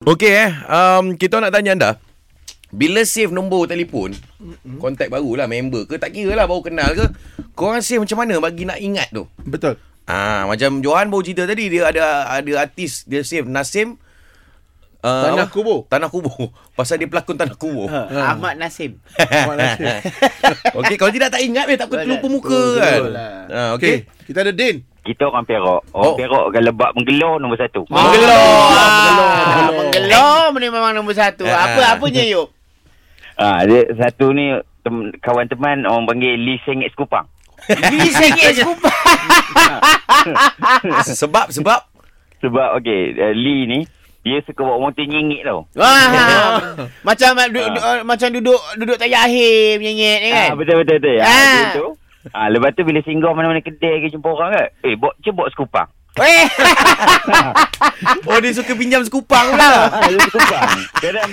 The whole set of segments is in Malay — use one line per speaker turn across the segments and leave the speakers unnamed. Okey eh, um, kita nak tanya anda. Bila save nombor telefon, kontak barulah member ke, tak kira lah baru kenal ke, korang save macam mana bagi nak ingat tu?
Betul.
Ah, macam Johan baru cerita tadi, dia ada ada artis, dia save Nasim. Uh,
Tanah Kubur.
Tanah Kubur. Pasal dia pelakon Tanah Kubur.
Ha.
Ahmad Nasim.
Ahmad Nasir.
Okey, kalau tidak tak ingat, dia takut
Betul,
terlupa muka
betul
kan.
lah.
Ah,
Okey,
okey.
kita ada Din.
Kita orang
Oh.
Perak. Orang oh. Perak akan lebak menggelor nombor satu.
Menggelor.
Ah, Menggelom ni memang nombor satu.
Ah.
Apa-apanya yuk.
Ha, dia, satu ni tem, kawan teman orang panggil Li Sengit Sekupang.
Ni sengit serupa.
Sebab sebab
Sebab okey, uh, Li ni dia suka buat orang tu nyengit tau.
Wah. Ha. macam du, du,
Ah.
macam duduk duduk tak akhir menyengit ni kan.
Ah betul betul betul.
Ah.
Ah. Ha, tu. Ah lepas tu bila singgah mana-mana kedai ke jumpa orang kan. Eh, bawa je bawa sekupang.
Eh,
oh dia suka pinjam sekupang pula.
Ah, dia sekupang. Kadang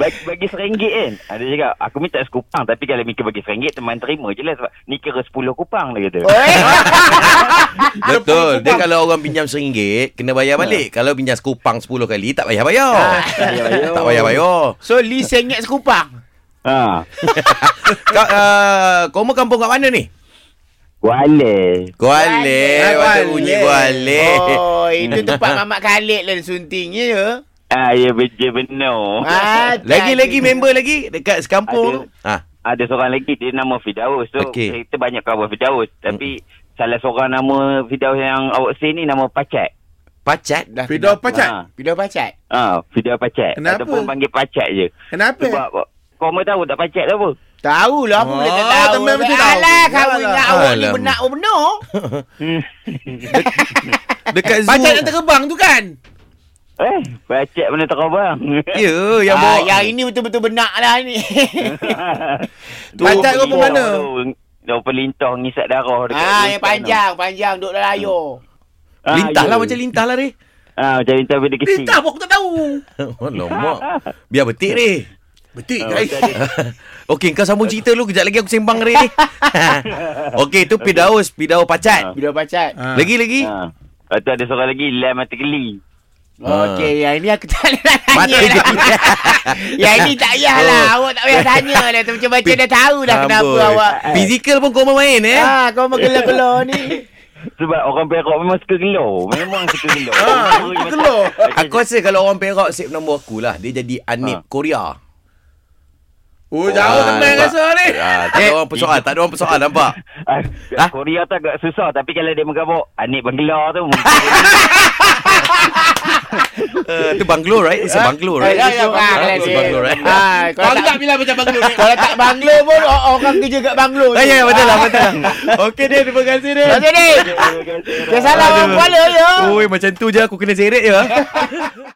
bagi, bagi seringgit kan. Ada cakap, aku minta sekupang tapi kalau Mika bagi seringgit teman terima je lah sebab ni kira sepuluh kupang dia kata.
eh.
Betul. Dia kalau orang pinjam RM1, kena bayar balik. Kalau pinjam sekupang 10 kali, tak payah bayar.
bayar.
tak payah bayar.
So Li sengit sekupang.
Ha.
Kau, uh, kamu kampung kat mana ni?
Kuala.
Kuala.
Kuala.
Patut bunyi Kuala.
Oh, itu tempat Mamat Khalid lah suntingnya ya.
Ah, ya betul benar.
Ah,
Lagi-lagi member lagi dekat sekampung. Ha.
ada seorang lagi dia nama Fidaus tu
Okey.
okay. kita banyak cover Fidaus tapi salah seorang nama Fidaus yang awak say ni nama Pacat
Pacat.
Dah
Fido
kenapa?
Pacat.
ha,
Fido Pacat.
ha Fidaus Pacat
Kenapa?
ataupun panggil Pacat je
Kenapa?
sebab kau mau tahu tak Pacat tu apa
Tahu lah apa boleh tak
Oh,
tahu.
teman betul tahu.
Alah, kau
Alah.
ingat awak ni
Alam.
benar oh benar.
Hmm.
Dekat zoo.
Pacat yang terbang tu kan?
eh Pacat mana terbang
Ya, yang
ah,
bawa.
yang ini betul-betul benar lah ni.
Tu Pacat kau pergi mana?
Dah pelintah ngisap darah dekat
ah,
lintah
yang panjang, panjang duduk dalam layar.
tu. Ah,
Lintah
ya.
lah macam lintah lah, Reh.
Ah, macam lintah bila kecil.
Lintah pun aku Eh, tak tahu.
Alamak. Biar betik, Reh.
Betik oh,
Ah,
guys.
macam dia.
Okey, kau sambung cerita lu. Kejap lagi aku sembang Reh ni. Okey, tu Pidaus. Pidaus Pacat.
Bila pacat.
Ha.
Lagi-lagi.
Ah. Lepas tu ada seorang lagi Lam Mata Geli.
Ah.
Okey, yang ini aku tak boleh nak tanya
Mata
lah.
geli.
yang ini tak payahlah.
Oh.
Awak tak payah tanya lah. Tu Macam macam dah tahu dah kenapa
Amboi.
awak.
Fizikal pun kau main eh.
Ah, kau menggelar-gelar ni.
Sebab orang Perak memang suka gelor. Memang suka gelor.
Ah, gelor.
Aku rasa kalau orang Perak save nombor aku lah, dia jadi Anip
Ha.
Korea.
Oh, jauh
Ah,
teman
nampak.
rasa ni.
Ah, tak ada orang persoalan, tak ada orang persoalan nampak.
Ah,
Ah?
Korea tu agak susah tapi kalau dia ah, menggabuk Anik Bangla tu mungkin
Uh, Itu banglo right? It's a bungalow
Eh,
right?
ya, ya, bang,
Ah,
lah,
It's a
dia.
bungalow right?
Ah, kalau
Tahu
tak-
tak bila macam banglo ni?
Kalau tak banglo pun o- orang kerja kat banglo.
Ah, ya, ya, betul lah, betul lah. Okey dia, terima kasih dia.
Macam ni. Dia salah orang
Aduh. Oh.
Kuala ya.
ya. Oi, macam tu je aku kena seret je.